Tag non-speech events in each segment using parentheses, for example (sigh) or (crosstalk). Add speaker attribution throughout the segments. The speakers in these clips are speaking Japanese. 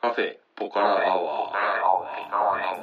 Speaker 1: カフェポカラアワー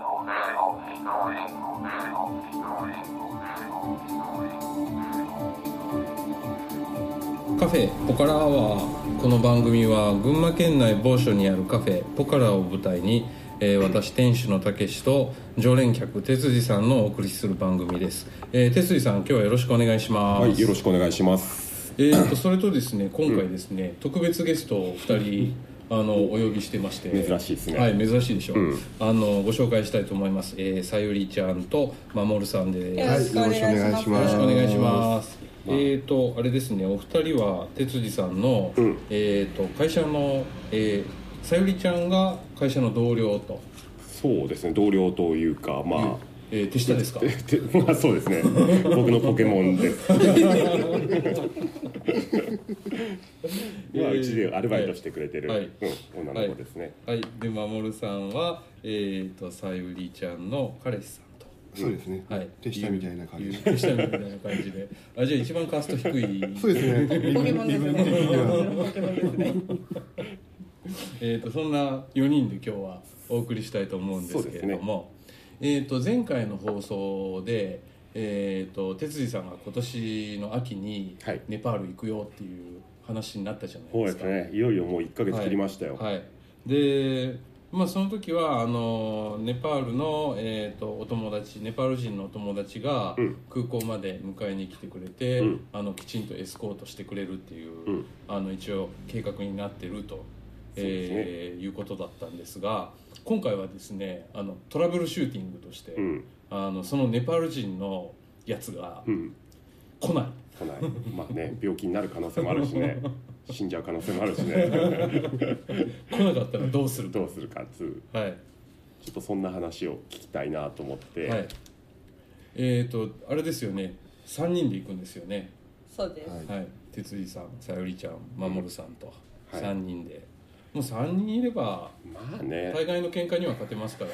Speaker 2: カフェポカラアワーこの番組は群馬県内某所にあるカフェポカラを舞台に、えー私店主のたけしと常連客哲司さんのお送りする番組です、えー、哲司さん今日はよろしくお願いします、
Speaker 3: はい、よろしくお願いします。
Speaker 2: えー、とそれとですね今回ですね、特別ゲストを2人あのお呼びしてまして
Speaker 3: 珍しいですね
Speaker 2: はい珍しいでしょう、
Speaker 3: うん
Speaker 2: あのご紹介したいと思います、えー、さゆりちゃんとまもるさんです
Speaker 4: よろしくお願い
Speaker 2: よ
Speaker 4: します
Speaker 5: はいよろしくお願
Speaker 2: ろしくお
Speaker 5: い
Speaker 2: 願いします。えー、とあれですねお二人は哲司さんの、
Speaker 3: ん
Speaker 2: えー、と会社の、えーさゆりちゃんが会社の同僚と、
Speaker 3: そうですね、同僚というか、まあ、
Speaker 2: えー手下ですか
Speaker 3: えてまあそうで
Speaker 2: (laughs)
Speaker 3: すね。僕のポケモンです。まあうちでアルバイトしてくれてる、
Speaker 2: はい
Speaker 3: うん、女の子ですね。
Speaker 2: はいで守さんは、えー、とさゆりちゃんの彼氏さんと。
Speaker 5: そうですね。
Speaker 2: はい、
Speaker 5: 手下みたいな感じ。
Speaker 2: 手下みたいな感じであじゃあ一番カースト低い
Speaker 5: そうですね。
Speaker 4: ポケモンですね。
Speaker 5: 身分的には
Speaker 4: ポケモンですね。
Speaker 2: えー、とそんな4人で今日はお送りしたいと思うんですけれども、えー、と前回の放送で、えー、と哲司さんが今年の秋に
Speaker 3: はい
Speaker 2: ネパール行くよっていう話になったじゃな
Speaker 3: そ
Speaker 2: いうで
Speaker 3: ですす
Speaker 2: か。
Speaker 3: ね。いよいよもう一ヶ月切りましたよ。
Speaker 2: はい、で、まあ、その時はあのネパールの、えー、とお友達ネパール人のお友達が
Speaker 3: うん
Speaker 2: 空港まで迎えに来てくれて、
Speaker 3: うん
Speaker 2: あのきちんとエスコートしてくれるっていう、
Speaker 3: うん
Speaker 2: あの一応計画になってると、
Speaker 3: そうですね
Speaker 2: えーいうことだったんですが今回はですねあのトラブルシューティングとして、
Speaker 3: うん、
Speaker 2: あのそのネパール人のやつが
Speaker 3: うん、
Speaker 2: 来ない。
Speaker 3: かなり、まあね、病気になる可能性もあるし
Speaker 2: (laughs)
Speaker 3: ね。死んじゃう可能性もあるしね。
Speaker 2: 来なかったらどうすると、
Speaker 3: どうするかっつう、
Speaker 2: はい、
Speaker 3: ちょっとそんな話を聞きたいなと思って。
Speaker 2: はい、えっ、とあれですよね3人で行くんですよね
Speaker 4: そうです。
Speaker 5: はい
Speaker 2: はい哲司さんさゆりちゃん守さんと、
Speaker 3: はい
Speaker 2: 3人でもう3人いれば
Speaker 3: まあね。
Speaker 2: 大概の喧嘩には勝て
Speaker 3: (laughs)
Speaker 2: ますから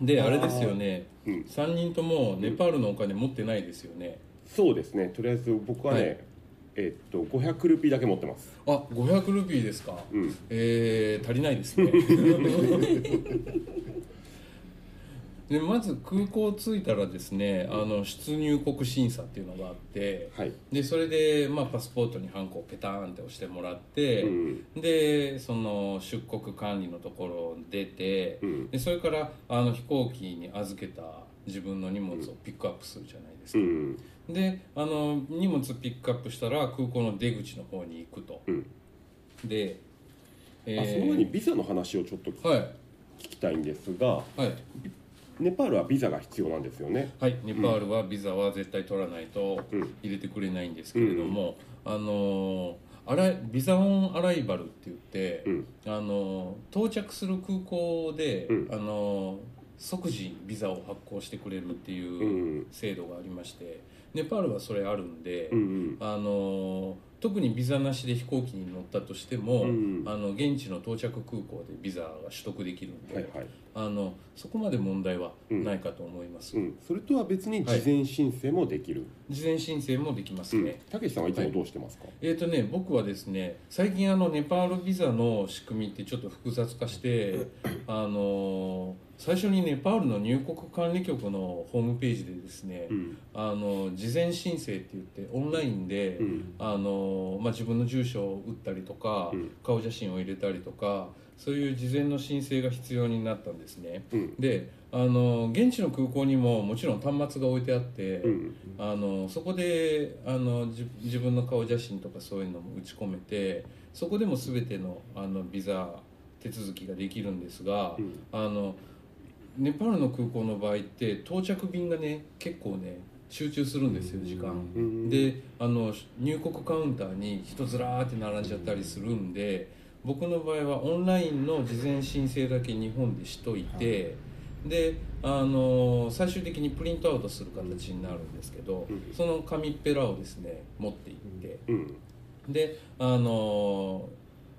Speaker 2: であれですよね
Speaker 3: うん
Speaker 2: 3人ともネパールのお金持ってないですよね、
Speaker 3: そうですね。とりあえず僕はね、
Speaker 2: はい
Speaker 3: えっと500ルピーだけ持ってます。
Speaker 2: あ500ルピーですか、
Speaker 3: うん。
Speaker 2: えー、足りないです
Speaker 3: (laughs)
Speaker 2: ねでまず空港着いたらですねあの出入国審査っていうのがあって
Speaker 3: はい。
Speaker 2: でそれで、まあ、パスポートにハンコをペターンって押してもらって、
Speaker 3: うん。
Speaker 2: でその出国管理のところを出て
Speaker 3: うん。
Speaker 2: でそれからあの飛行機に預けた自分の荷物をピックアップするじゃないです
Speaker 3: う
Speaker 2: か、
Speaker 3: ん。
Speaker 2: であの荷物ピックアップしたら空港の出口の方に行くと
Speaker 3: うん。
Speaker 2: で、えー
Speaker 3: あその前にビザの話をちょっと聞
Speaker 2: はい
Speaker 3: きたいんですが、
Speaker 2: はい、
Speaker 3: ネパールはビザが必要なんですよね。
Speaker 2: はい、ネパールはビザは絶対取らないと
Speaker 3: うん
Speaker 2: 入れてくれないんですけれども、あのーアライビザオンアライバルって言って、
Speaker 3: うん。
Speaker 2: あのー到着する空港で、
Speaker 3: うん
Speaker 2: あのー即時ビザを発行してくれるって
Speaker 3: う。
Speaker 2: いうん制度がありましてネパールはそれあるんで、
Speaker 3: うん。
Speaker 2: あのー特にビザなしで飛行機に乗ったとしても、
Speaker 3: うん
Speaker 2: あの現地の到着空港でビザが取得できるんで、
Speaker 3: はいはい。
Speaker 2: あのそこまで問題はないかと思います、
Speaker 3: うん。それとは別に事前申請もできる。
Speaker 2: 事前申請もできます
Speaker 3: う
Speaker 2: ね、
Speaker 3: ん。たけしさんはいつもどうしてますか。
Speaker 2: えっ、とね僕はですね最近あのネパールビザの仕組みってちょっと複雑化してあのー最初にネパールの入国管理局のホームページでですね、
Speaker 3: うん。
Speaker 2: あの事前申請って言ってオンラインで、
Speaker 3: うん。
Speaker 2: あのーまあ、自分の住所を打ったりとか、
Speaker 3: うん
Speaker 2: 顔写真を入れたりとかそういう事前の申請が必要になったんですね
Speaker 3: うん。
Speaker 2: であのー現地の空港にももちろん端末が置いてあって、
Speaker 3: うん。
Speaker 2: あのそこであのじ自分の顔写真とかそういうのも打ち込めてそこでも全てのあのビザ手続きができるんですが、
Speaker 3: うん
Speaker 2: あのネパールの空港の場合って到着便がね結構ね集中するんですよ時間。
Speaker 3: うん。
Speaker 2: であの入国カウンターに人ずらーって並んじゃったりするんで僕の場合はオンラインの事前申請だけ日本でしといて、であの最終的にプリントアウトする形になるんですけど、
Speaker 3: うん
Speaker 2: その紙っぺらをですね持って行って、
Speaker 3: うん。
Speaker 2: であの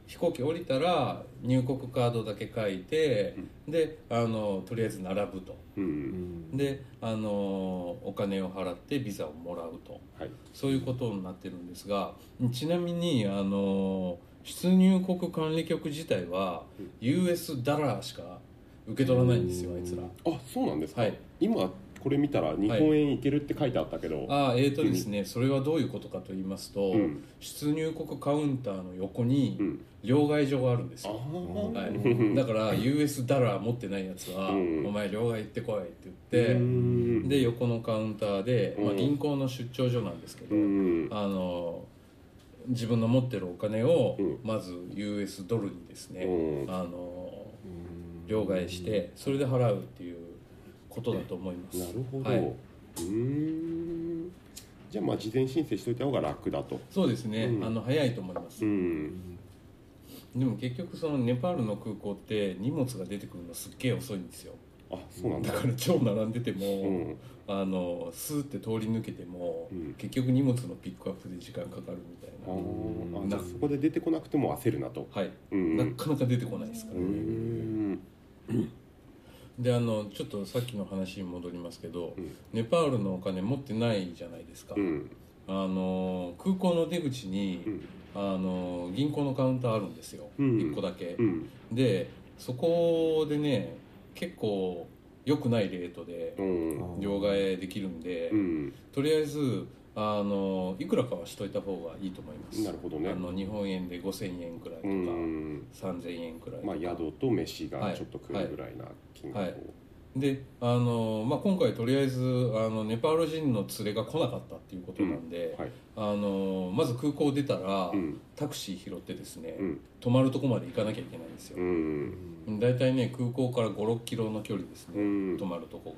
Speaker 2: 飛行機降りたら入国カードだけ書いて、であのとりあえず並ぶと
Speaker 3: う。
Speaker 5: うんん
Speaker 2: であのお金を払ってビザをもらうと。
Speaker 3: はい。
Speaker 2: そういうことになってるんですがちなみにあの出入国管理局自体は US ダラーしか受け取らないんですよあいつら
Speaker 3: あそうなんですか、
Speaker 2: はい
Speaker 3: 今これ見たら日本円いけるって書いてあったけど、
Speaker 2: ああえーとですねそれはどういうことかと言いますと、
Speaker 3: うん
Speaker 2: 出入国カウンターの横に
Speaker 3: うん
Speaker 2: 両替所があるんです
Speaker 3: あ
Speaker 2: よ、
Speaker 3: ー
Speaker 2: は
Speaker 3: うん
Speaker 2: い、だから US ダラー持ってないやつは「
Speaker 3: うん
Speaker 2: お前両替行ってこい」って言って、
Speaker 3: うん
Speaker 2: で横のカウンターで、まあ、
Speaker 3: うん
Speaker 2: 銀行の出張所なんですけど、
Speaker 3: うん
Speaker 2: あの自分の持ってるお金を
Speaker 3: うん
Speaker 2: まず US ドルにですね、
Speaker 3: うん
Speaker 2: あの両替してそれで払うっていうことだと思います
Speaker 3: なるほど、
Speaker 2: は
Speaker 3: う
Speaker 2: い、
Speaker 3: ーんじゃあまあ事前申請しといた方が楽だと
Speaker 2: そうですね、
Speaker 3: うん
Speaker 2: あの早いと思います
Speaker 3: う、ん
Speaker 2: でも結局そのネパールの空港って荷物が出てくるのすっげえ遅いんですよ
Speaker 3: あそうなんだ
Speaker 2: だから超並んでて
Speaker 3: う
Speaker 2: も、
Speaker 3: ん
Speaker 2: あのスーって通り抜けても、
Speaker 3: うん
Speaker 2: 結局荷物のピックアップで時間かかるみたい
Speaker 3: あ
Speaker 2: な、
Speaker 3: ーあ
Speaker 2: な
Speaker 3: じゃあそこで出てこなくても焦るなと
Speaker 2: はい、
Speaker 3: うんう
Speaker 2: なんかなか出てこないですか
Speaker 3: う
Speaker 2: らね、
Speaker 3: ん
Speaker 2: であのちょっとさっきの話に戻りますけど、
Speaker 3: うん
Speaker 2: ネパールのお金持ってないじゃないですか、
Speaker 3: うん
Speaker 2: あの空港の出口に、
Speaker 3: うん
Speaker 2: あの銀行のカウンターあるんですよ、
Speaker 3: うん
Speaker 2: 1個だけ
Speaker 3: う、ん
Speaker 2: でそこでね結構良くないレートで
Speaker 3: うん
Speaker 2: 両替できるんで、
Speaker 3: うん
Speaker 2: とりあえずあのいくらかはしといた方がいいと思います
Speaker 3: なるほどね
Speaker 2: あの日本円で5000円くらいとか、
Speaker 3: うん
Speaker 2: 3000円くらいとか、
Speaker 3: まあ宿と飯
Speaker 2: は
Speaker 3: が
Speaker 2: い
Speaker 3: ちょっと食うぐらいな金額
Speaker 2: はいであの、まあ、今回とりあえずあのネパール人の連れが来なかったっていうことなんで、
Speaker 3: はい
Speaker 2: あのまず空港出たら、
Speaker 3: うん
Speaker 2: タクシー拾ってですね、
Speaker 3: うん
Speaker 2: 泊まるとこまで行かなきゃいけないんです
Speaker 3: う
Speaker 2: よ、
Speaker 3: ん
Speaker 2: だいたいね空港から56キロの距離です
Speaker 3: う
Speaker 2: ね、
Speaker 3: ん
Speaker 2: 泊まるとこが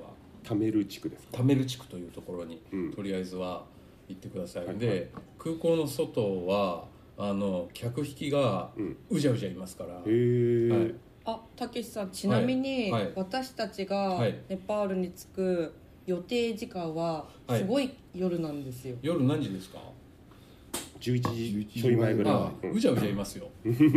Speaker 3: 貯める地区ですか
Speaker 2: タメル地区というところに
Speaker 3: うん
Speaker 2: とりあえずは行ってください、
Speaker 3: はい
Speaker 2: で空港の外はあの客引きが
Speaker 3: うん
Speaker 2: うじゃうじゃいますから、
Speaker 3: へえ
Speaker 2: はい
Speaker 4: あたけしさんちなみに、
Speaker 2: はいはい
Speaker 4: 私たちが
Speaker 2: はい
Speaker 4: ネパールに着く予定時間は
Speaker 2: はい
Speaker 4: すごい夜なんですよ、
Speaker 2: 夜何時ですか
Speaker 3: 11時ちょい前ぐらい
Speaker 2: あ
Speaker 5: は
Speaker 3: うん
Speaker 2: うじゃうじゃいますよ、
Speaker 4: うん、真
Speaker 2: う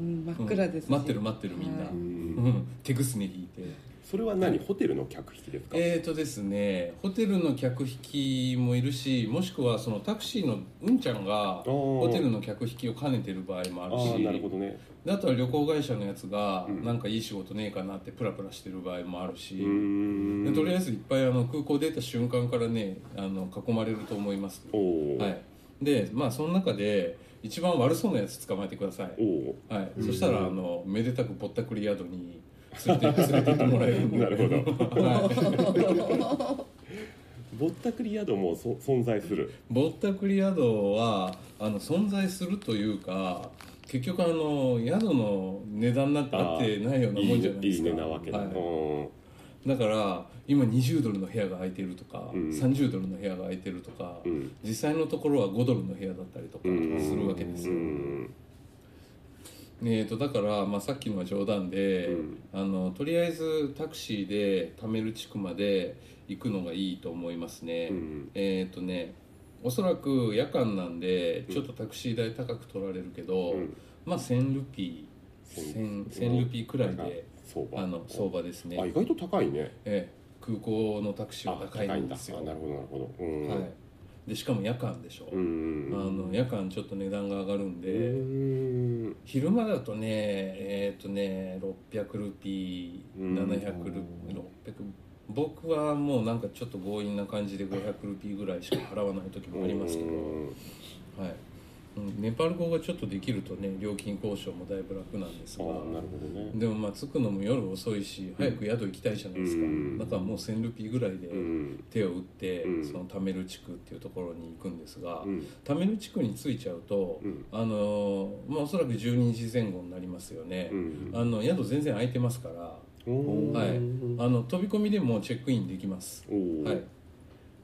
Speaker 2: ん
Speaker 4: っ暗ですし、
Speaker 2: 待ってる待ってるみんな、
Speaker 4: は
Speaker 2: う
Speaker 4: い
Speaker 3: うん
Speaker 2: ん、手ぐすね引いて
Speaker 3: それは何ホテルの客引きですか
Speaker 2: えーとですねホテルの客引きもいるしもしくはそのタクシーのうんちゃんがホ
Speaker 3: ホ
Speaker 2: テルの客引きを兼ねてる場合もあ
Speaker 3: あ
Speaker 2: る
Speaker 3: ー
Speaker 2: し
Speaker 3: なるほどね
Speaker 2: であとは旅行会社のやつが
Speaker 3: うん
Speaker 2: なんかいい仕事ねえかなってプラプラしてる場合もあるし、
Speaker 3: うー
Speaker 2: で
Speaker 3: ん
Speaker 2: とりあえずいっぱいあの空港出た瞬間からねあの囲まれると思います、
Speaker 3: おお
Speaker 2: は
Speaker 3: ー
Speaker 2: い、でまあその中で一番悪そうなやつ捕まえてくださ
Speaker 3: お
Speaker 2: い、
Speaker 3: お
Speaker 2: はい、そしたらあのめでたくぼったくり宿に連れて連れてってもらえるんで
Speaker 3: (laughs) なるほど
Speaker 2: (laughs) はい、
Speaker 3: ぼったくり宿もそ存在する
Speaker 2: ぼったくり宿はあの存在するというか結局あの宿の値段なんて合ってないようなもんじゃないですか
Speaker 3: いいねなわけだ、
Speaker 2: は
Speaker 3: う
Speaker 2: い
Speaker 3: ん
Speaker 2: だから今20ドルの部屋が空いてるとか、
Speaker 3: うん
Speaker 2: 30ドルの部屋が空いてるとか、
Speaker 3: うん
Speaker 2: 実際のところは5ドルの部屋だったりとか
Speaker 3: うん
Speaker 2: するわけですよ、
Speaker 3: うん
Speaker 2: えー、とだから、まあ、さっきのは冗談で、
Speaker 3: うん
Speaker 2: あのとりあえずタクシーでタメル地区まで行くのがいいと思いますね、
Speaker 3: うん
Speaker 2: えっ、とねおそらく夜間なんでちょっとタクシー代高く取られるけど、
Speaker 3: うん
Speaker 2: まあ1000ルピー
Speaker 3: 1000
Speaker 2: 1000 1000ルピーくらい
Speaker 3: なんか
Speaker 2: で
Speaker 3: 相場
Speaker 2: あの相場ですね
Speaker 3: あ意外と高いね
Speaker 2: ええ空港のタクシーは
Speaker 3: あ
Speaker 2: 高いんですよ
Speaker 3: あなるほどなるほどうん
Speaker 2: はい、でしかも夜間でしょ、
Speaker 3: うん
Speaker 2: あの夜間ちょっと値段が上がるんで、
Speaker 3: うん
Speaker 2: 昼間だとねえっ、とね600ルピ
Speaker 3: うん
Speaker 2: ー700ルピー600僕はもうなんかちょっと強引な感じで500ルピーぐらいしか払わない時もありますけど、
Speaker 3: うん
Speaker 2: はいうん、ネパール語がちょっとできるとね料金交渉もだいぶ楽なんです
Speaker 3: あ
Speaker 2: が
Speaker 3: ーなるほどね
Speaker 2: でもまあ着くのも夜遅いし早く宿行きたいじゃないですか、
Speaker 3: うん
Speaker 2: だからもう1000ルピーぐらいで
Speaker 3: うん
Speaker 2: 手を打って、
Speaker 3: うん
Speaker 2: そのタメル地区っていうところに行くんですが、
Speaker 3: うん
Speaker 2: タメル地区に着いちゃうと、
Speaker 3: うん
Speaker 2: あのーまあ、おそらく12時前後になりますよね、
Speaker 3: うん
Speaker 2: あの宿全然空いてますから
Speaker 3: おー
Speaker 2: はいあの飛び込みでもチェックインできます、
Speaker 3: おー
Speaker 2: はい、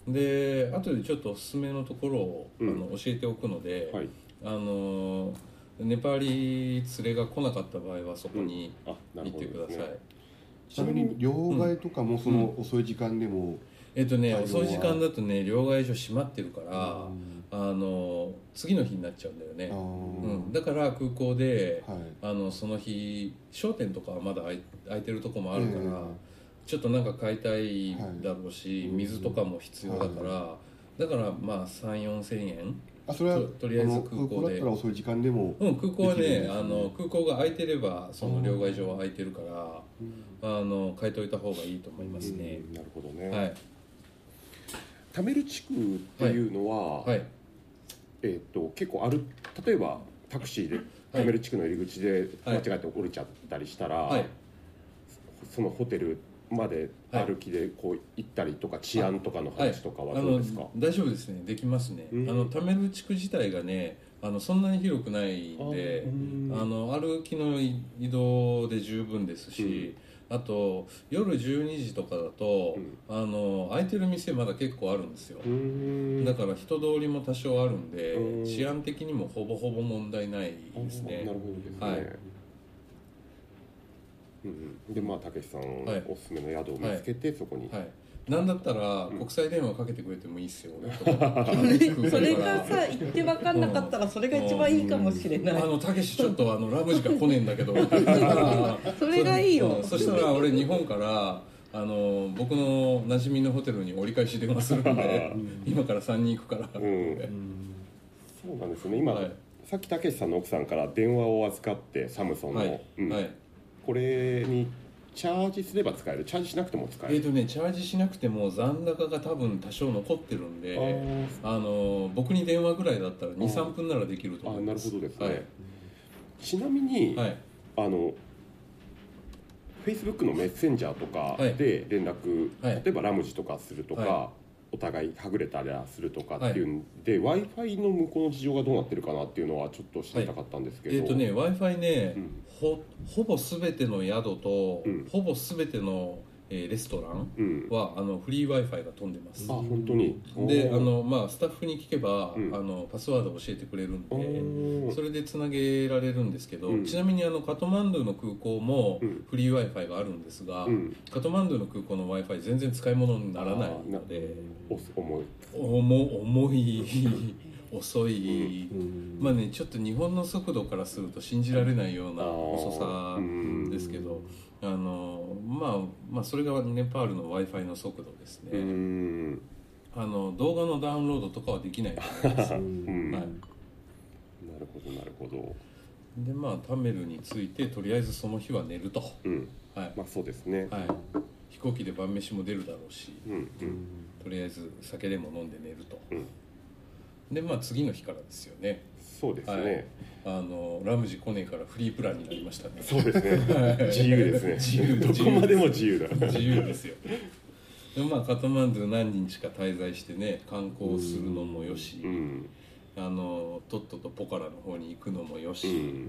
Speaker 2: で後でちょっとおすすめのところを、
Speaker 3: うん
Speaker 2: あの教えておくので、
Speaker 3: はい
Speaker 2: あのーネパーリ連れが来なかった場合はそこに
Speaker 3: あな
Speaker 2: 行
Speaker 3: る
Speaker 2: っ
Speaker 3: ほ
Speaker 2: て
Speaker 3: ど
Speaker 2: くだ
Speaker 3: で
Speaker 2: さい、
Speaker 3: すね
Speaker 5: ちなみに両替とかもその遅い時間でも
Speaker 2: えっとね
Speaker 5: 対応は
Speaker 2: 遅い時間だとね両替所閉まってるから、
Speaker 5: うん
Speaker 2: あの次の日になっちゃうんだよね
Speaker 5: あ、
Speaker 2: う
Speaker 5: ー
Speaker 2: ん、だから空港で
Speaker 5: はい
Speaker 2: あのその日商店とかはまだ開い開いてるとこもあるから、
Speaker 5: え
Speaker 2: ちょっとなんか買いたいだろうし、
Speaker 5: はい
Speaker 2: 水とかも必要だから、だからまあ3 4千円
Speaker 5: えあそれは
Speaker 2: ととりあえず空港で
Speaker 5: あのだったら遅い時間でも、
Speaker 2: うん、空港は
Speaker 5: できるん
Speaker 2: ね
Speaker 5: です
Speaker 2: あ
Speaker 5: ね
Speaker 2: の空港が空いてればその両替所は空いてるからあの買いといた方がいいと思いますね、
Speaker 3: なるほどね、
Speaker 2: はい
Speaker 3: 貯める地区っていうのは、
Speaker 2: はい
Speaker 3: えー、と結構ある例えばタクシーで
Speaker 2: はい
Speaker 3: 貯める地区の入り口で間
Speaker 2: はい
Speaker 3: 違えて降りちゃったりしたら、
Speaker 2: はい
Speaker 3: そのホテルまで
Speaker 2: はい
Speaker 3: 歩きでこう行ったりとか治安とかの話とかは
Speaker 2: あ
Speaker 3: どう
Speaker 2: の
Speaker 3: ですか、
Speaker 2: 大丈夫ですねできますね、
Speaker 3: うん
Speaker 2: あのタメル地区自体がねあのそんなに広くないんであの歩きの移動で十分ですし、あと夜12時とかだと、
Speaker 3: うん
Speaker 2: あの空いてる店まだ結構あるんですよ、だから人通りも多少あるんで、
Speaker 3: うん
Speaker 2: 治安的にもほぼほぼ問題ないですね、
Speaker 3: なるほどですね、
Speaker 2: はい
Speaker 3: うんうん、でまあたけしさん、
Speaker 2: はい
Speaker 3: おすすめの宿を見つけて、そこに、
Speaker 2: はい、なんだったら
Speaker 3: ん
Speaker 2: 国際電話かけてくれてもいいっすよ、俺と
Speaker 3: (laughs)
Speaker 4: それがさ言って分かんなかったらそれが一番いいかもしれ
Speaker 2: あ
Speaker 4: ない
Speaker 2: のたけしちょっとあのラム時間来ねえんだけど
Speaker 4: それがいいよ
Speaker 2: うんそしたら俺日本からあの僕の馴染みのホテルに折り返し電話するんで今から3人行くから、
Speaker 3: うんそうなんですよね今、
Speaker 2: はい
Speaker 3: さっきたけしさんの奥さんから電話を預かってサムソンの、
Speaker 2: はい、
Speaker 3: うん
Speaker 2: はい
Speaker 3: これにチャージすれば使えるチャージしなくても使
Speaker 2: え
Speaker 3: え
Speaker 2: ー
Speaker 3: る、
Speaker 2: とねチャージしなくても残高が多分多少残ってるんであの僕に電話ぐらいだったら23分ならできると
Speaker 3: あ
Speaker 2: 思
Speaker 3: ーあ
Speaker 2: い
Speaker 3: な
Speaker 2: ま
Speaker 3: る
Speaker 2: す
Speaker 3: ほどですね、ちなみに、
Speaker 2: はい、はい、
Speaker 3: あのフェイスブックのメッセンジャーとかで連絡、
Speaker 2: はい
Speaker 3: 例えばラムジとかするとか、
Speaker 2: は
Speaker 3: お互いはぐれたりはするとかっていうんで、w i f i の向こうの事情がどうなってるかなっていうのはちょっと知りたかったんです
Speaker 2: え
Speaker 3: け
Speaker 2: っ、
Speaker 3: ど、
Speaker 2: とね w i f i ね、
Speaker 3: うん
Speaker 2: ほほぼ全ての宿と、
Speaker 3: うん
Speaker 2: ほぼ全ての、えーレストラン
Speaker 3: うん、
Speaker 2: はあのフリー w i f i が飛んでます
Speaker 3: あ本当に
Speaker 2: であ
Speaker 3: おー
Speaker 2: の、まあ、スタッフに聞けば、
Speaker 3: うん
Speaker 2: あのパスワード教えてくれるん
Speaker 3: お
Speaker 2: で
Speaker 3: ー
Speaker 2: それでつなげられるんですけど、
Speaker 3: うん
Speaker 2: ちなみにあのカトマンドゥの空港も
Speaker 3: うん
Speaker 2: フリー w i f i があるんですが、
Speaker 3: うん
Speaker 2: カトマンドゥの空港の w i f i 全然使い物にならないので
Speaker 3: おす思う
Speaker 2: 重重い
Speaker 3: (laughs)
Speaker 2: 遅い、
Speaker 5: うん
Speaker 2: まあねちょっと日本の速度からすると信じられないような
Speaker 3: あー
Speaker 2: 遅さ
Speaker 3: うん
Speaker 2: ですけどあの、まあ、まあそれがネパールの w i f i の速度ですね。
Speaker 3: うん
Speaker 2: あの動画のダウンロードとかはできないと思います、は
Speaker 3: うん
Speaker 2: い
Speaker 3: な、るほどなるほど
Speaker 2: でまあタメルについてとりあえずその日は寝ると、
Speaker 3: うん
Speaker 2: はい
Speaker 3: まあそうですね、
Speaker 2: はい、飛行機で晩飯も出るだろうし
Speaker 3: うんうん
Speaker 2: とりあえず酒でも飲んで寝ると、
Speaker 3: うん
Speaker 2: でまあ次の日からですよね
Speaker 3: そうですね、
Speaker 2: はいあのラムジコネからフリープランになりましたね
Speaker 3: そうですね自由です
Speaker 2: 自
Speaker 3: ね
Speaker 2: 由
Speaker 3: どこまでも自由だ
Speaker 2: 自由ですよでまあカトマンドゥ何日か滞在してね観光するのもよし、
Speaker 3: うん
Speaker 2: あのトットとポカラの方に行くのもよ
Speaker 3: う
Speaker 2: し、
Speaker 3: ん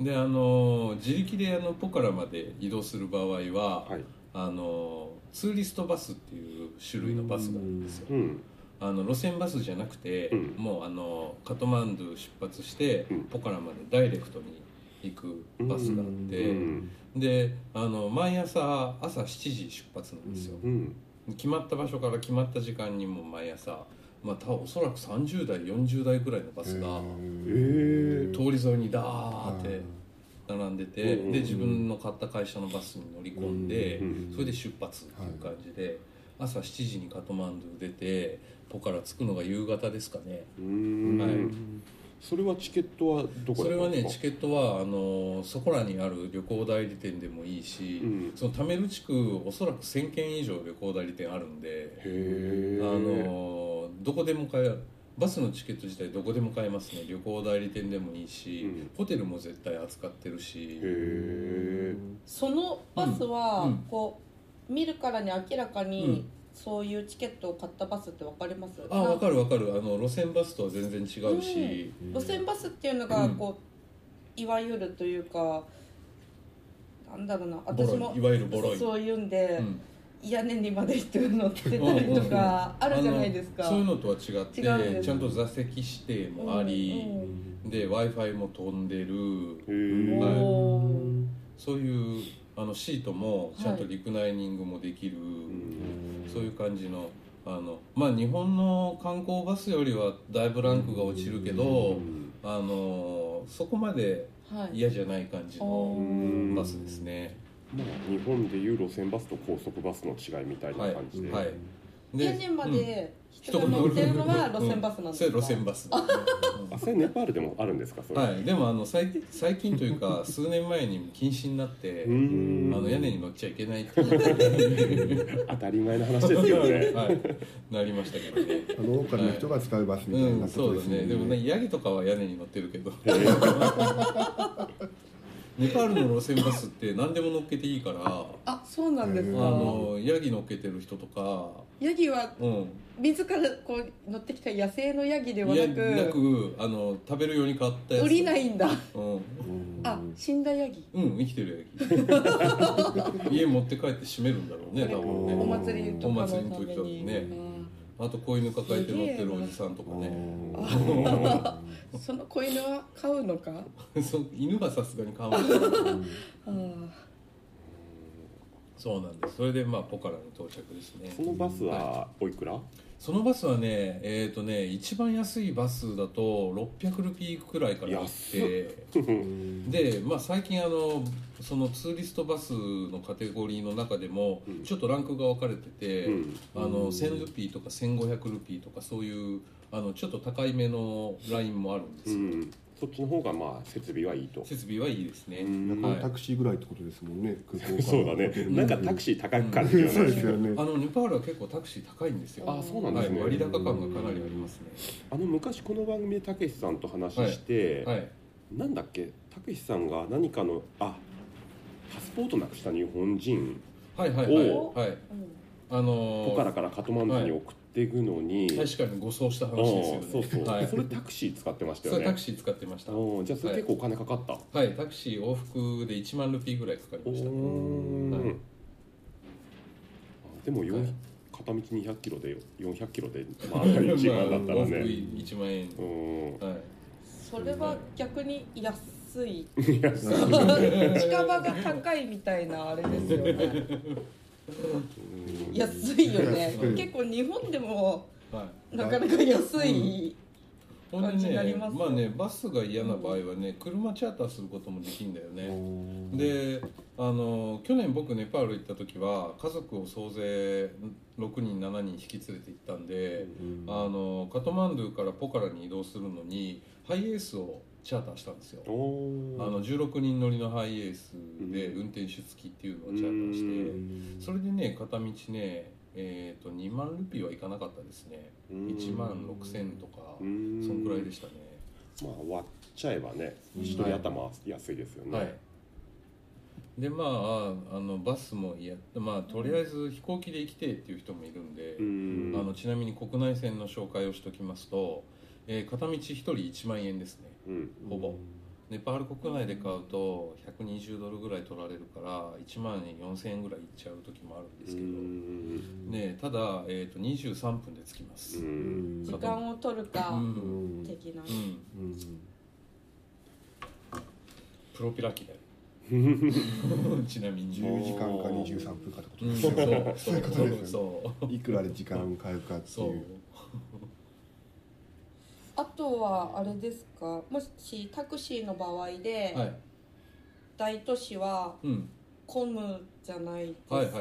Speaker 2: であの自力であのポカラまで移動する場合は、
Speaker 3: はい
Speaker 2: あのツーリストバスっていう種類のバスがあるんですよ
Speaker 3: うん
Speaker 2: あの路線バスじゃなくて、
Speaker 3: うん
Speaker 2: もうあのカトマンドゥ出発して、
Speaker 3: うん
Speaker 2: ポカラまでダイレクトに行くバスがあって、
Speaker 3: うん
Speaker 2: であの毎朝朝7時出発なんですよ、
Speaker 3: うん
Speaker 2: 決まった場所から決まった時間にもう毎朝まあ多分おそらく30代40代ぐらいのバスが
Speaker 3: えー
Speaker 2: 通り沿いにダーって並んでて、
Speaker 3: うんうんうん
Speaker 2: で自分の買った会社のバスに乗り込んで、
Speaker 3: うん
Speaker 2: それで出発っていう感じで、朝7時にカトマンドゥ出てポカラ着くのが夕方ですかね
Speaker 3: うん
Speaker 2: はい
Speaker 3: それはチケットはどこ
Speaker 2: それはねチ
Speaker 3: ケ
Speaker 2: ケットはあのそこらにある旅行代理店でもいいし、
Speaker 3: うん
Speaker 2: そのタメル地区おそらく1000軒以上旅行代理店あるんで
Speaker 3: へ
Speaker 2: あ
Speaker 3: え
Speaker 2: のどこでも買えバスのチケット自体どこでも買えますね旅行代理店でもいいし、
Speaker 3: うん
Speaker 2: ホテルも絶対扱ってるし
Speaker 3: へえ
Speaker 4: そのバスは、
Speaker 2: うんうん
Speaker 4: こう見るからに明らかに、
Speaker 2: うん
Speaker 4: そういうチケットを買ったバスって分かります
Speaker 2: あ分かる分かるあの路線バスとは全然違うし、
Speaker 4: 路線バスっていうのが
Speaker 2: うん
Speaker 4: こう、いわゆるというかなんだろうな
Speaker 2: ボ
Speaker 4: 私
Speaker 2: ロ
Speaker 4: も
Speaker 2: いいわゆるボロい
Speaker 4: そういうんで、
Speaker 2: うん
Speaker 4: 屋根にまで人が乗ってたりとかあるじゃないですか、
Speaker 2: あのそういうのとは違って
Speaker 4: 違うんです
Speaker 2: ちゃんと座席指定もあ
Speaker 4: うん
Speaker 2: り、で w i f i も飛んで
Speaker 3: へ
Speaker 2: る
Speaker 4: うん
Speaker 3: え
Speaker 2: はい
Speaker 4: おー
Speaker 2: そういうあのシートもちゃんとリクライニングもできる、そういう感じのあのまあ日本の観光バスよりはだいぶランクが落ちるけど、あのそこまで
Speaker 4: はい
Speaker 2: 嫌じゃない感じの
Speaker 3: うん
Speaker 2: バスですね、
Speaker 3: まあ日本でいう路線バスと高速バスの違いみたいな感じで
Speaker 2: はい
Speaker 4: 屋根ま
Speaker 2: うん
Speaker 4: で人が乗ってるのは路線バスなんですか、
Speaker 2: うんそれ路線バス、
Speaker 4: (laughs)
Speaker 2: うん
Speaker 3: あそれネパールでもあるんですかそれ、
Speaker 2: はい、でもあの最最近というか (laughs) 数年前にも禁止になって
Speaker 3: う
Speaker 2: あ
Speaker 3: ーん
Speaker 2: の屋根に乗っちゃいけないっていう
Speaker 3: 当たり前の話ですよね
Speaker 2: はい、なりましたけどね
Speaker 5: あのローカルの人が使うバスみたい
Speaker 2: うん
Speaker 5: な
Speaker 2: そう
Speaker 5: で
Speaker 2: だ
Speaker 5: す
Speaker 2: ねでもねヤギとかは屋根に乗ってるけどネパールの路線バスって何でも乗っけていいからあ
Speaker 4: あそうなんですか、
Speaker 5: うん
Speaker 2: のヤギ乗っけてる人とか
Speaker 4: ヤギは
Speaker 2: うん
Speaker 4: 自らこう乗ってきた野生のヤギではい
Speaker 2: や
Speaker 4: な
Speaker 2: な
Speaker 4: く
Speaker 2: くあの食べるように買ったやつ
Speaker 4: 降りないんだ
Speaker 2: うん
Speaker 4: あ死んだヤギ
Speaker 2: うん生きてるやき家持って帰って閉めるんだろうね多分
Speaker 4: お
Speaker 2: ね
Speaker 4: 祭りとかのた
Speaker 2: お祭り
Speaker 4: め
Speaker 2: の時とか
Speaker 4: に
Speaker 2: ねあと子犬抱えて乗ってるおじさんとかね
Speaker 4: うんその子犬は飼うのか
Speaker 2: (laughs) そう犬がさすがに
Speaker 3: (laughs)
Speaker 2: 買わない
Speaker 4: あー
Speaker 2: そうなんですそれでまあポカラに到着ですね
Speaker 3: そのバスはおいくら
Speaker 2: そのバスはねえっ、とね一番安いバスだと600ルピーくらいからあってでまあ最近あのそのツーリストバスのカテゴリーの中でも
Speaker 3: うん
Speaker 2: ちょっとランクが分かれてて、
Speaker 3: うん
Speaker 2: あの1000ルピーとか1500ルピーとかそういうあのちょっと高いめのラインもあるんです
Speaker 3: う
Speaker 2: よ、
Speaker 3: んそっちの方がまあ設備はいいと
Speaker 2: 設備はいいですね、
Speaker 3: うん
Speaker 2: はい
Speaker 5: タクシーぐらいってことですもんね空港か
Speaker 3: (laughs)
Speaker 5: ら
Speaker 3: そうだね
Speaker 5: うん
Speaker 3: なんかタクシー高く感じるよ
Speaker 5: そうで
Speaker 3: ね
Speaker 5: すよね
Speaker 2: あのネパールは結構タクシー高いんですよ
Speaker 3: あそうなんですね
Speaker 2: はい、割高感がかなりありますね
Speaker 3: あの昔この番組でたけしさんと話して
Speaker 2: はい
Speaker 3: なんだっけたけしさんが何かのあパスポートなくした日本人
Speaker 2: はいはいはい
Speaker 3: お
Speaker 2: はい
Speaker 4: うん
Speaker 2: あのー
Speaker 3: ポカラからカトマンズに送っていくのに
Speaker 2: 確かに誤送した話
Speaker 3: うん
Speaker 2: ですよね
Speaker 3: そうそう
Speaker 2: はい、
Speaker 3: それタクシー使ってました
Speaker 2: そ
Speaker 3: よ
Speaker 2: れタ
Speaker 3: ね
Speaker 2: クシー使ってましたは
Speaker 3: うんじゃあそれ結構お金かかった
Speaker 2: いタクシー往復で1万ルピーぐらいかかりました
Speaker 3: お
Speaker 2: はい
Speaker 3: ーあでも
Speaker 2: は
Speaker 3: 4
Speaker 2: い
Speaker 3: 片道200キロで400キ
Speaker 2: (laughs)
Speaker 3: ロで回ったり1万だったら
Speaker 2: まあ往復
Speaker 3: ね
Speaker 2: 1万円
Speaker 3: うん
Speaker 2: はい
Speaker 4: それは逆に安い (laughs)
Speaker 3: いやそう
Speaker 4: 近場が高いみたいなあれですよね安いよね
Speaker 5: 安い
Speaker 4: 結構日本でも
Speaker 2: はい
Speaker 4: なかなか安い、
Speaker 2: ほん
Speaker 4: 感じ
Speaker 2: で
Speaker 4: にな
Speaker 2: ね
Speaker 4: り
Speaker 2: ま
Speaker 4: ますよ
Speaker 2: あねバスが嫌な場合はね車チャーターすることもできるんだよねであの去年僕ネパール行った時は家族を総勢6人7人引き連れて行ったんで、あのカトマンドゥからポカラに移動するのにハイエースをチャーターしたんですよあ
Speaker 3: お
Speaker 2: の16人乗りのハイエースで
Speaker 3: うん
Speaker 2: 運転手付きっていうのをチャーターしてそれでね片道ねえー、と2万ルピーはいかなかったですね1万6000とかそ
Speaker 3: そ
Speaker 2: ん
Speaker 3: ん
Speaker 2: くらいでしたね
Speaker 3: まあ割っちゃえばね一人頭安いですよ
Speaker 2: は
Speaker 3: ね
Speaker 2: いでまああのバスもいやまあとりあえず飛行機で行きてえっていう人もいるんで、
Speaker 3: うん
Speaker 2: あのちなみに国内線の紹介をしておきますと、えー片道1人1万円ですね
Speaker 3: うん
Speaker 2: ほぼネパール国内で買うと120ドルぐらい取られるから1万4000円ぐらいいっちゃう時もあるんですけ
Speaker 3: う
Speaker 2: ど、
Speaker 3: ん
Speaker 2: ね、ただ、えー、と23分で着きます、
Speaker 3: う
Speaker 2: うん
Speaker 3: ん
Speaker 4: 時間を取るか
Speaker 2: うん
Speaker 4: 的な、
Speaker 2: プロピラキだよちなみに
Speaker 5: 10時間か23分かってこと
Speaker 2: うん、
Speaker 5: です
Speaker 2: そう
Speaker 5: よね
Speaker 2: そう
Speaker 5: いうことです
Speaker 2: そう
Speaker 5: いくらで時間を変えるかって
Speaker 2: そ
Speaker 5: いうう
Speaker 4: あとはあれですかもしタクシーの場合で、
Speaker 2: はい、
Speaker 4: 大都市は
Speaker 2: うん、
Speaker 4: 混むじゃないですか、
Speaker 2: はいは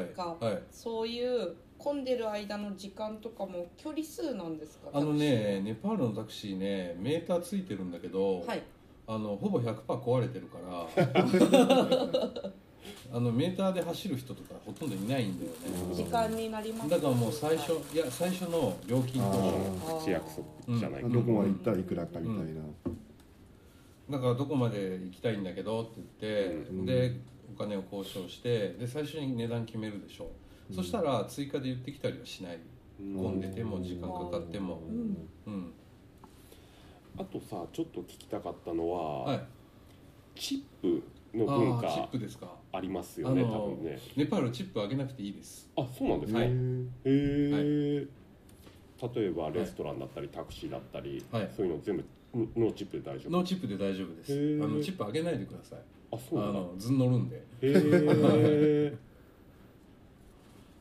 Speaker 2: いはい
Speaker 4: そういう混んでる間の時間とかも距離数なんですか
Speaker 2: あのねネパールのタクシーねメーターついてるんだけど、
Speaker 4: はい
Speaker 2: あのほぼ100%壊れてるから (laughs) あのメーターで走る人とかほとんどいないんだよ
Speaker 4: 時
Speaker 2: ね
Speaker 4: 間になります
Speaker 2: だからもう最初いや最初の料金
Speaker 5: あ
Speaker 2: と
Speaker 5: ー
Speaker 3: 口約束じゃないか
Speaker 5: どこまで行ったらいくらかみたいな、
Speaker 2: だからどこまで行きたいんだけどって言って、
Speaker 5: ん
Speaker 2: でお金を交渉してで最初に値段決めるでしょ、そしたら追加で言ってきたりはしない混んでても時間かかっても
Speaker 4: うん
Speaker 2: うん、
Speaker 3: あとさちょっと聞きたかったのは、
Speaker 2: はい
Speaker 3: チップの
Speaker 2: あ
Speaker 3: 文
Speaker 2: あーチッ
Speaker 3: 化
Speaker 2: プですか
Speaker 3: ありますよね、
Speaker 2: あのー
Speaker 3: 多分ね
Speaker 2: ネパールチップあげなくていいです
Speaker 3: あそうなんですか、
Speaker 2: はい
Speaker 3: へえ、例えば
Speaker 2: い
Speaker 3: レストランだったりタクシーだったり、
Speaker 2: はい
Speaker 3: そういうの全部ノノーチップで大丈夫
Speaker 2: ノーチップで大丈夫です
Speaker 3: へー
Speaker 2: あのチップあげないでください
Speaker 3: あ
Speaker 2: あ
Speaker 3: そうなんだ
Speaker 2: のずん乗るんで
Speaker 3: へ
Speaker 2: (laughs)
Speaker 3: え、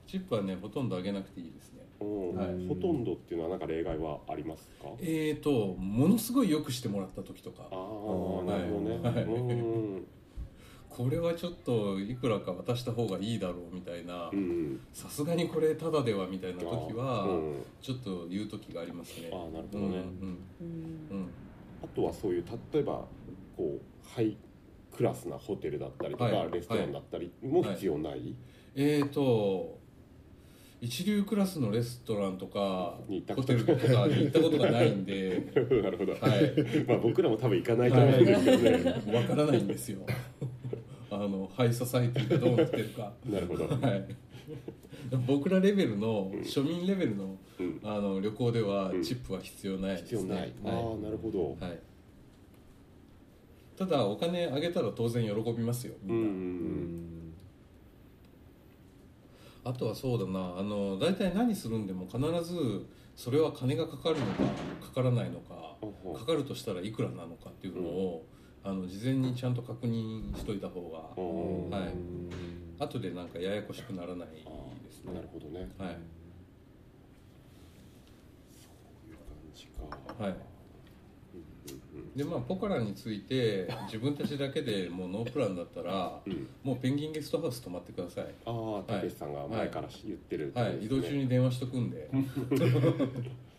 Speaker 2: チップはねほとんどあげなくていいですね
Speaker 3: うん
Speaker 2: はい
Speaker 3: ほとんどっていうのはなんか例外はありますか
Speaker 2: えーとものすごいよくしてもらった時とか
Speaker 3: ああなるほどね、
Speaker 2: はい
Speaker 3: うん
Speaker 2: これはちょっといくらか渡した方がいいだろうみたいな
Speaker 3: うん
Speaker 2: さすがにこれタダではみたいな時
Speaker 3: う
Speaker 2: は
Speaker 3: ん
Speaker 2: ちょっと言う時がありますね
Speaker 3: あーなるほ
Speaker 2: う
Speaker 3: ど
Speaker 2: んう
Speaker 3: ね、
Speaker 2: ん
Speaker 4: うん
Speaker 2: うん
Speaker 3: あとはそういう例えばこうハイクラスなホテルだったりとか、
Speaker 2: はい
Speaker 3: レストランだったりも必要ない、
Speaker 2: えーと一流クラスのレストランとか
Speaker 3: に行ったこ
Speaker 2: ホ
Speaker 3: と
Speaker 2: テルとかに行ったことがないんで
Speaker 3: (laughs) なるほど、
Speaker 2: はい
Speaker 3: (laughs) まあ僕らも多分行かないと思うんですけどね、
Speaker 2: わからないんですよあのハイソサイティがどうなってるか
Speaker 3: なるほど、
Speaker 2: はい僕らレベルの庶民レベルの
Speaker 3: うん、
Speaker 2: あの旅行では
Speaker 3: うん
Speaker 2: チップは必要ないです
Speaker 3: 必要
Speaker 2: ね、
Speaker 3: ない、ああ
Speaker 2: は
Speaker 3: なるほど、
Speaker 2: い、はい、ただお金あげたら当然喜びますよみ
Speaker 3: うんん
Speaker 2: な、
Speaker 5: うん
Speaker 2: あとはそうだなあの大体何するんでも必ずそれは金がかかるのかかからないのか
Speaker 3: うんうん
Speaker 2: かかるとしたらいくらなのかっていうのを、あの事前にちゃんと確認しといた方
Speaker 3: う
Speaker 2: が
Speaker 3: ん
Speaker 2: はい
Speaker 5: うん
Speaker 2: 後でなんかややこしくならない
Speaker 3: あ
Speaker 2: です
Speaker 3: あな
Speaker 2: ね
Speaker 3: るほどね
Speaker 2: はい
Speaker 3: そういう感じか
Speaker 2: はいでまあポカラについて自分たちだけでもうノープランだったら
Speaker 3: うん、うん
Speaker 2: もうペンギンゲストハウス泊まってください
Speaker 3: ああたけしさんが前から言ってる、
Speaker 2: はい移動中に電話しとくんで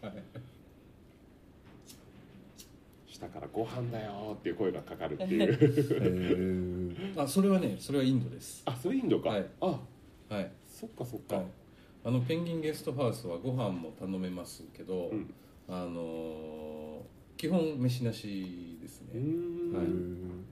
Speaker 2: はい
Speaker 3: 下から「ご飯だよ」っていう声がかかるっていう
Speaker 5: へー
Speaker 2: あそれはねそれはインドです
Speaker 3: あそれインドか、
Speaker 2: はい
Speaker 3: あ
Speaker 2: はい
Speaker 3: そっかそっか、
Speaker 2: はいあのペンギンゲストハウスはご飯も頼めますけど、
Speaker 3: うん
Speaker 2: あのー基本飯なしです
Speaker 3: うー
Speaker 2: ね
Speaker 3: ん、
Speaker 2: はいう
Speaker 3: うん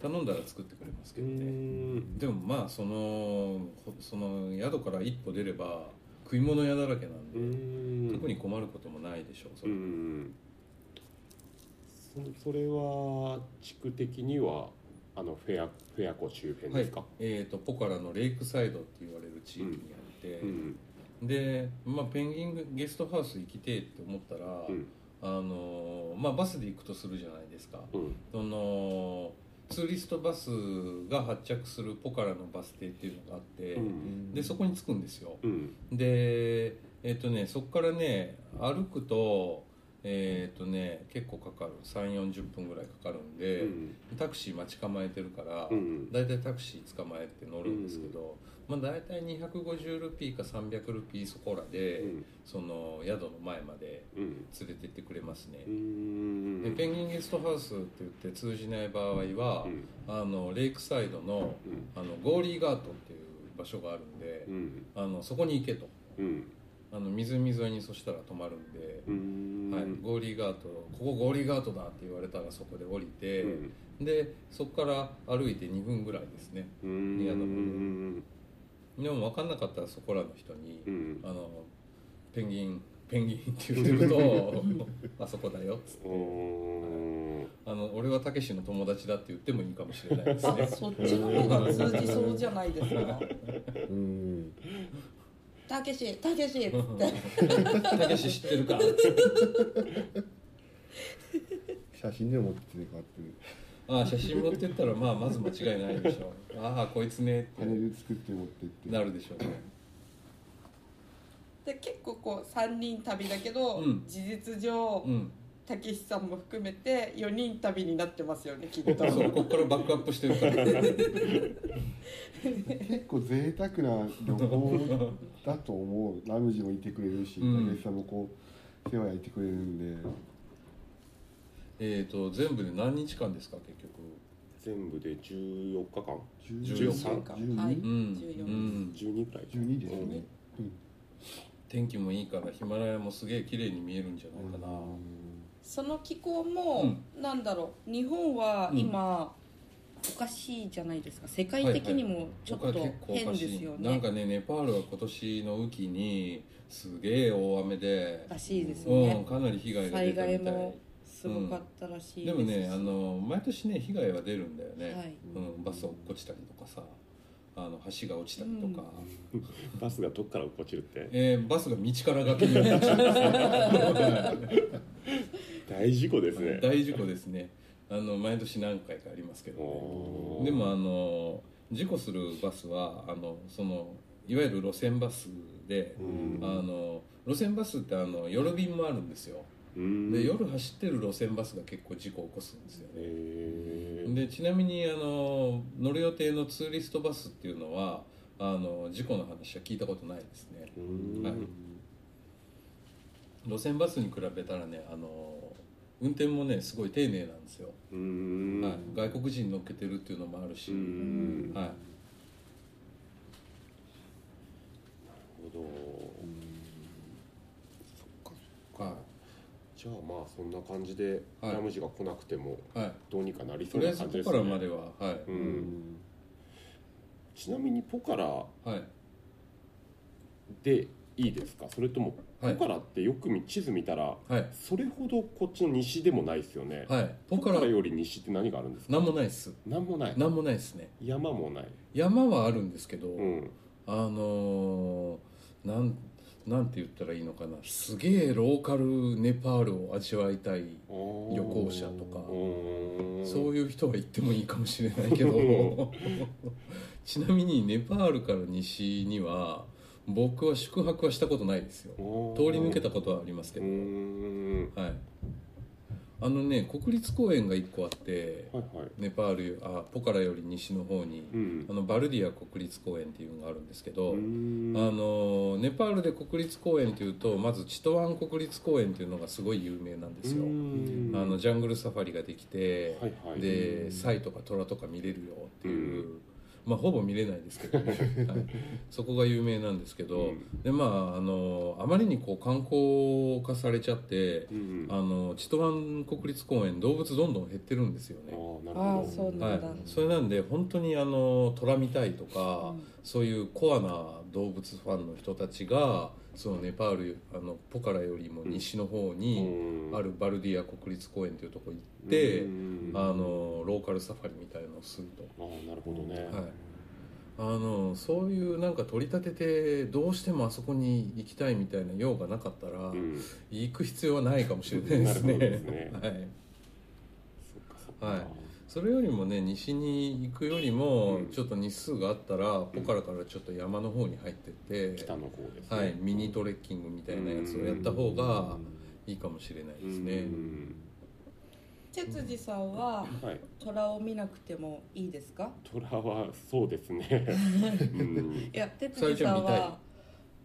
Speaker 2: 頼んだら作ってくれますけ
Speaker 3: ー
Speaker 2: どね
Speaker 3: ん
Speaker 2: でもまあそのほその宿から一歩出れば食い物屋だらけなん
Speaker 3: う
Speaker 2: で、
Speaker 3: ーん
Speaker 2: 特に困ることもないでしょうそうれ、
Speaker 3: んそそれは地区的にはあのフェアフェア湖周辺ですか、
Speaker 2: えー、とポカラのレイクサイドって言われる地域にあって、
Speaker 3: うん
Speaker 2: で、まあ、ペンギンゲストハウス行きてえって思ったら、
Speaker 3: うん
Speaker 2: あのーまあ、バスで行くとするじゃないですか
Speaker 3: うん
Speaker 2: そのツーリストバスが発着するポカラのバス停っていうのがあって、
Speaker 3: うん
Speaker 2: でそこに着くんですよ
Speaker 3: うん
Speaker 2: でえっ、とねそこからね歩くとえっ、とね結構かかる3 4 0分ぐらいかかるん
Speaker 3: う
Speaker 2: で、
Speaker 3: ん
Speaker 2: タクシー待ち構えてるから、
Speaker 3: うん
Speaker 2: だいたいタクシー捕まえて乗るんですけど、まあ、だいたい250ルピーか300ルピーそこらで、
Speaker 3: うん
Speaker 2: その宿の前まで
Speaker 3: うん
Speaker 2: 連れてってくれますね
Speaker 3: う、ん
Speaker 2: でペンギンゲストハウスって言って通じない場合は、
Speaker 3: うん
Speaker 2: あのレイクサイドの
Speaker 3: うん
Speaker 2: あのゴーリーガートっていう場所があるんで、
Speaker 3: うん
Speaker 2: あのそこに行けと
Speaker 3: うん
Speaker 2: あの湖沿いにそしたら泊まるんで、
Speaker 3: うん
Speaker 2: はい、ゴーリーガートここゴーリーガートだって言われたらそこで降りて、
Speaker 3: うん
Speaker 2: でそこから歩いて2分ぐらいですね
Speaker 3: うん
Speaker 2: リアのでも分かんなかったらそこらの人に、
Speaker 3: うん
Speaker 2: あのペンギンペンギンって言ってると
Speaker 3: (laughs)
Speaker 2: あそこだよっつって
Speaker 3: おー
Speaker 2: あの俺はたけしの友達だって言ってもいいかもしれないです
Speaker 4: あ
Speaker 2: ね
Speaker 4: そっちの方が通じそうじゃないですか
Speaker 5: うん
Speaker 4: 「たけし、たけし」っつって
Speaker 2: たけし知ってるかっつって
Speaker 5: 写真でも持ってねかって
Speaker 2: ああ写真持ってったらまあまず間違いないでしょうああこいつねっ
Speaker 5: 金
Speaker 2: て
Speaker 5: で作って持ってって
Speaker 2: なるでしょうね
Speaker 4: で結構こう3人旅だけど、
Speaker 2: うん
Speaker 4: 事実上
Speaker 2: うん
Speaker 4: たけしさんも含めて4人旅になってますよねきっと
Speaker 2: そうこっからバックアップしてるから
Speaker 3: (laughs)
Speaker 5: 結構贅沢な旅行だと思うラムジもいてくれるし
Speaker 2: うん
Speaker 5: 武井さんもこう世話焼いてくれるんで
Speaker 2: えーと全部で何日間ですか結局
Speaker 3: 全部で14日間
Speaker 5: 13
Speaker 3: 14
Speaker 5: か
Speaker 4: か
Speaker 5: 12、
Speaker 4: はい
Speaker 2: うん
Speaker 4: 14
Speaker 2: うん
Speaker 3: 12くらい
Speaker 5: 12ですね、うん
Speaker 2: 天気もいいからヒマラヤもすげえ綺麗に見えるんじゃないかな、
Speaker 4: その気候も、なんだろう日本は今、おかしいじゃないですか世界的にもちょっと変ですよね、
Speaker 2: なんかねネパールは今年の雨季にすげえ大雨で、
Speaker 4: らしいです
Speaker 2: うん、
Speaker 4: ね、
Speaker 2: かなり被害が出
Speaker 4: 災
Speaker 2: たみ
Speaker 4: 害
Speaker 2: たい
Speaker 4: もすごかったらし
Speaker 2: で
Speaker 4: いです
Speaker 2: も
Speaker 4: し
Speaker 2: ねあの毎年ね被害は出るんだよね、
Speaker 4: はい
Speaker 2: うん、バス落っこちたりとかさあの橋が落ちたりとか、
Speaker 3: バスがどっから落っこちるって
Speaker 2: えーバスが道から崖に落ちたりとかさ
Speaker 3: 大事故ですね
Speaker 4: (laughs)
Speaker 2: 大事故ですねあの毎年何回かありますけどね、
Speaker 3: おー
Speaker 2: でもあの事故するバスはあのそのいわゆる路線バスで、
Speaker 3: うん
Speaker 2: あの路線バスってあの夜便もあるんですよ
Speaker 3: うん
Speaker 2: で夜走ってる路線バスが結構事故を起こすんですよね、
Speaker 3: へー
Speaker 2: でちなみにあの乗る予定のツーリストバスっていうのはあの事故の話は聞いたことないですね
Speaker 3: うん
Speaker 2: はい路線バスに比べたらねあの運転もねすごい丁寧なんですよ、
Speaker 3: うん
Speaker 2: はい、外国人乗っけてるっていうのもあるし、
Speaker 3: うん
Speaker 2: はい、
Speaker 3: なるほどそっか
Speaker 2: は
Speaker 3: じゃあまあそんな感じで
Speaker 2: はい
Speaker 3: ラムジが来なくても
Speaker 2: いはい、
Speaker 3: どうにかなりそ
Speaker 2: と
Speaker 3: う
Speaker 2: りあ
Speaker 3: な
Speaker 2: えず
Speaker 3: 感じで
Speaker 2: ポ
Speaker 3: す
Speaker 2: カラま
Speaker 3: ね
Speaker 2: ではは
Speaker 3: う
Speaker 5: うんん
Speaker 3: ちなみにポカラ
Speaker 2: いはい
Speaker 3: でいいですかそれとも
Speaker 2: は
Speaker 3: ポ
Speaker 2: い
Speaker 3: カラってよく見地図見たら
Speaker 2: はい
Speaker 3: それほどこっちの西でもないですよね
Speaker 2: はいポ
Speaker 3: ポ
Speaker 2: カ
Speaker 3: カ
Speaker 2: ラ
Speaker 3: ラより西って何があるんですか
Speaker 2: 何もないっす
Speaker 3: なんもない
Speaker 2: 何もないっすね
Speaker 3: 山もない
Speaker 2: 山はあるんですけど、
Speaker 3: うん
Speaker 2: あのーなんなんて言ったらいいのかなすげえローカルネパールを味わいたい旅
Speaker 3: 旅
Speaker 2: 行者とか
Speaker 3: うん
Speaker 2: そういう人は行ってもいいかもしれないけど
Speaker 3: (laughs)
Speaker 2: ちなみにネパールから西には僕は宿泊はしたことないですよ通り抜けたことはありますけ
Speaker 3: う
Speaker 2: ど、
Speaker 3: ん
Speaker 2: はいあのね国立公園が1個あって
Speaker 3: はいはい
Speaker 2: ネパールよあポカラより西の方に
Speaker 3: うん
Speaker 2: あのバルディア国立公園っていうのがあるんですけど、
Speaker 3: うん
Speaker 2: あのネパールで国立公園っていうとまずチトワン国立公園っていうのがすごい有名なんですよ、
Speaker 3: うん
Speaker 2: あのジャングルサファリができて、
Speaker 3: はいはい
Speaker 2: でサイとかトラとか見れるよっていう、まあほぼ見れないですけど、ね
Speaker 3: (laughs)
Speaker 2: はいそこが有名なんですけど、
Speaker 3: うん
Speaker 2: でまああのあまりにこう観光化されちゃって
Speaker 3: う、ん
Speaker 2: あのチトワン国立公園動物どんどん減ってるんですよね。
Speaker 3: ああなる
Speaker 4: あ
Speaker 3: ほ
Speaker 4: あ
Speaker 3: ど
Speaker 4: そうな
Speaker 2: は
Speaker 4: んだ、
Speaker 2: い、それなんで本当にあの虎みたいとか、
Speaker 4: うん
Speaker 2: そういうコアな動物ファンの人たちがそのネパールあのポカラよりも西の方に
Speaker 3: うん
Speaker 2: あるバルディア国立公園というとこ行って、
Speaker 3: うん
Speaker 2: あのローカルサファリみたいのをすると、
Speaker 3: ああなるほどね、
Speaker 2: はい、あのそういうなんか取り立ててどうしてもあそこに行きたいみたいな用がなかったら、
Speaker 3: うん
Speaker 2: 行く必要はないかもしれないですね
Speaker 3: なるほどですね
Speaker 2: (laughs) はい、
Speaker 3: そっかそっか、
Speaker 2: はいそれよりもね西に行くよりも、
Speaker 3: うん
Speaker 2: ちょっと日数があったらポカラからちょっと山の方に入ってって、
Speaker 3: 北の方ですね
Speaker 2: はい、ミニトレッキングみたいなやつをやった方がいいかもしれないですね、
Speaker 3: うん
Speaker 4: 哲司さんは
Speaker 3: はい
Speaker 4: 虎を見なくてもいいですか
Speaker 3: 虎はそうですね、うん
Speaker 4: いや哲司さん
Speaker 2: さゆちゃん見
Speaker 4: は
Speaker 2: た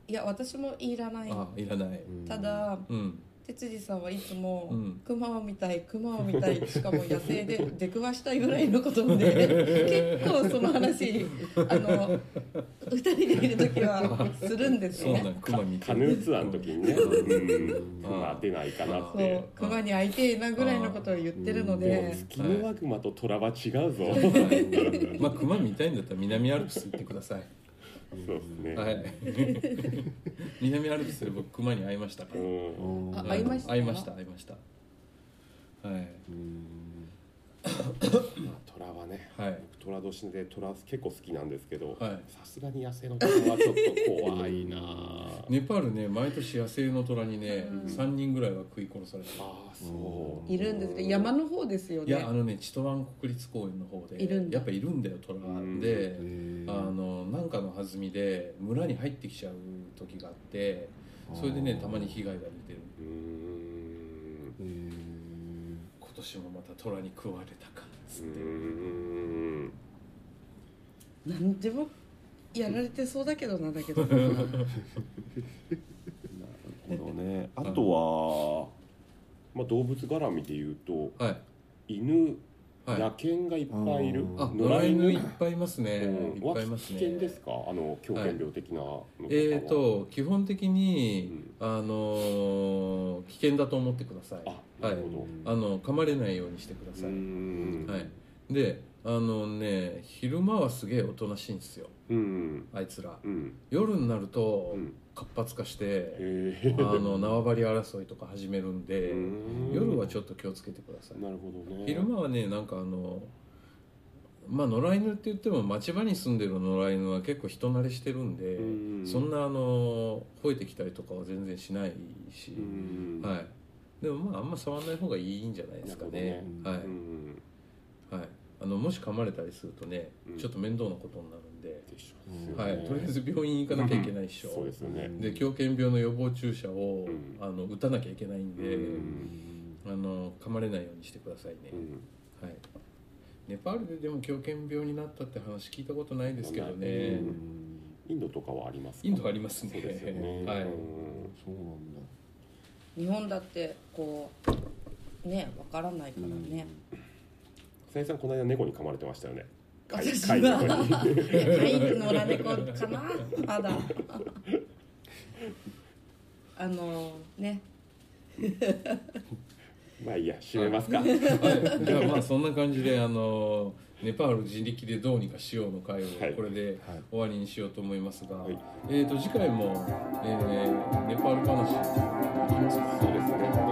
Speaker 4: いや私もいらない
Speaker 2: あいらない
Speaker 4: ただ
Speaker 2: うん
Speaker 4: 哲司さんはいつも
Speaker 2: うん
Speaker 4: 熊を見たい熊を見たい
Speaker 2: (laughs)
Speaker 4: しかも野生で出くわしたいぐらいのことで結構その話あの2人でいる時はするんです
Speaker 2: そうなん
Speaker 4: ね
Speaker 2: 熊見て
Speaker 3: カヌーツアーの時にね、うん、まあ当てないかなっ
Speaker 4: そ
Speaker 3: て
Speaker 4: う熊に会いてえなぐらいのことを言ってるの
Speaker 3: でも
Speaker 4: で
Speaker 3: 月の悪魔と虎は違うぞ、
Speaker 2: はいまあ熊見たいんだったら南アルプス行ってください
Speaker 3: そうですね、
Speaker 2: はい (laughs) 南アルプスで僕熊に会いましたから、
Speaker 3: うん
Speaker 4: あ
Speaker 2: はい
Speaker 4: 会いました
Speaker 2: 会いました会いましたはい
Speaker 3: まあ、虎はね、
Speaker 2: はい
Speaker 3: 僕虎年で虎結構好きなんですけど
Speaker 2: はい
Speaker 3: さすがに野生の虎はちょっと怖いなあ
Speaker 2: ネパールね毎年野生の虎にね、
Speaker 4: うん
Speaker 2: 3人ぐらいは食い殺されてる
Speaker 3: あそう
Speaker 4: いるんですね山の方ですよ
Speaker 2: いや
Speaker 4: ね
Speaker 2: あのねチトワン国立公園の方で
Speaker 4: いるんだ
Speaker 2: やっぱいるんだよ虎が、
Speaker 3: うん
Speaker 2: で、あ
Speaker 5: あ
Speaker 2: のなんかの弾みで村に入ってきちゃう時があってそれでねたまに被害が出てる
Speaker 3: うーん
Speaker 5: えー
Speaker 2: 今年もまた虎に食われたかっつ
Speaker 3: う
Speaker 2: っ
Speaker 3: ー
Speaker 2: て、
Speaker 3: ん
Speaker 4: 何でもやられてそうだけどなだ
Speaker 2: (laughs)
Speaker 4: けど
Speaker 3: なるほどねあとは、まあ、動物絡みで言うと
Speaker 2: はい
Speaker 3: 犬、
Speaker 2: はい
Speaker 3: 野犬がいっぱいいる
Speaker 5: あ
Speaker 2: あ
Speaker 3: 野
Speaker 2: 野良
Speaker 3: 良
Speaker 2: 犬
Speaker 3: 犬
Speaker 2: いっぱいいますね、
Speaker 3: うん
Speaker 2: いっぱいい
Speaker 3: は
Speaker 2: ま
Speaker 3: 危
Speaker 2: すね
Speaker 3: 険ですかあの狂犬病的なのとかは
Speaker 2: えー、と基本的に、
Speaker 3: う
Speaker 2: あのー危険だと思ってください
Speaker 3: あなるほど、
Speaker 2: あの噛まれないようにしてくだ
Speaker 3: うー
Speaker 2: さい、
Speaker 3: ん
Speaker 2: はい、であのね昼間はすげえおとなしいんですよ
Speaker 3: うん
Speaker 2: あいつら
Speaker 3: うん
Speaker 2: 夜になると
Speaker 3: うん
Speaker 2: 活発化し
Speaker 3: へ
Speaker 2: て、
Speaker 3: え
Speaker 2: あの (laughs) 縄張り争いとか始めるんで、夜は
Speaker 3: ょ
Speaker 2: ちょっと気をつけてください、
Speaker 3: なるほどね
Speaker 2: 昼間はねなんかあのまあ野良犬って言っても町場に住んでる野良犬は結構人慣れしてるんで、
Speaker 3: うん
Speaker 2: そんなあの吠えてきたりとかは全然しないし、
Speaker 3: うん
Speaker 2: はいでもまああんま触んない方がいいんじゃないですかね
Speaker 5: な
Speaker 2: はい
Speaker 5: る、
Speaker 3: うん
Speaker 2: はい、あのもし噛まれたりするとね、
Speaker 3: うん
Speaker 2: ちょっと面倒なことになるんで、
Speaker 3: でしょうですよね
Speaker 2: はい、とりあえず病院行かなきゃいけないっしょ、
Speaker 3: そうですよね
Speaker 2: で狂犬病の予防注射を、
Speaker 3: うん
Speaker 2: あの打たなきゃいけないんで、
Speaker 3: うん
Speaker 2: あの噛まれないようにしてくださいね、
Speaker 3: うん
Speaker 2: はいネパールででも狂犬病になったって話聞いたことないですけどね
Speaker 3: う。インドとかはありますか
Speaker 2: インドありますね
Speaker 3: そうですよね、
Speaker 2: はい
Speaker 3: うん
Speaker 5: そうなんだ
Speaker 4: 日本だってこうねわからないからね、
Speaker 3: さゆりさんこの間猫に噛まれてましたよね飼い
Speaker 4: 私
Speaker 3: 飼い猫
Speaker 4: は
Speaker 3: に
Speaker 4: 飼い野良猫かなまだあのね
Speaker 3: まあいいや閉めますか
Speaker 2: はい、じゃあまあそんな感じであのネパール自力でどうにかしようの会を
Speaker 3: はい
Speaker 2: これで
Speaker 5: はい
Speaker 2: 終わりにしようと思いますが、
Speaker 3: はい
Speaker 2: えー、と次回も、えーネパール話いきますか
Speaker 3: そうですね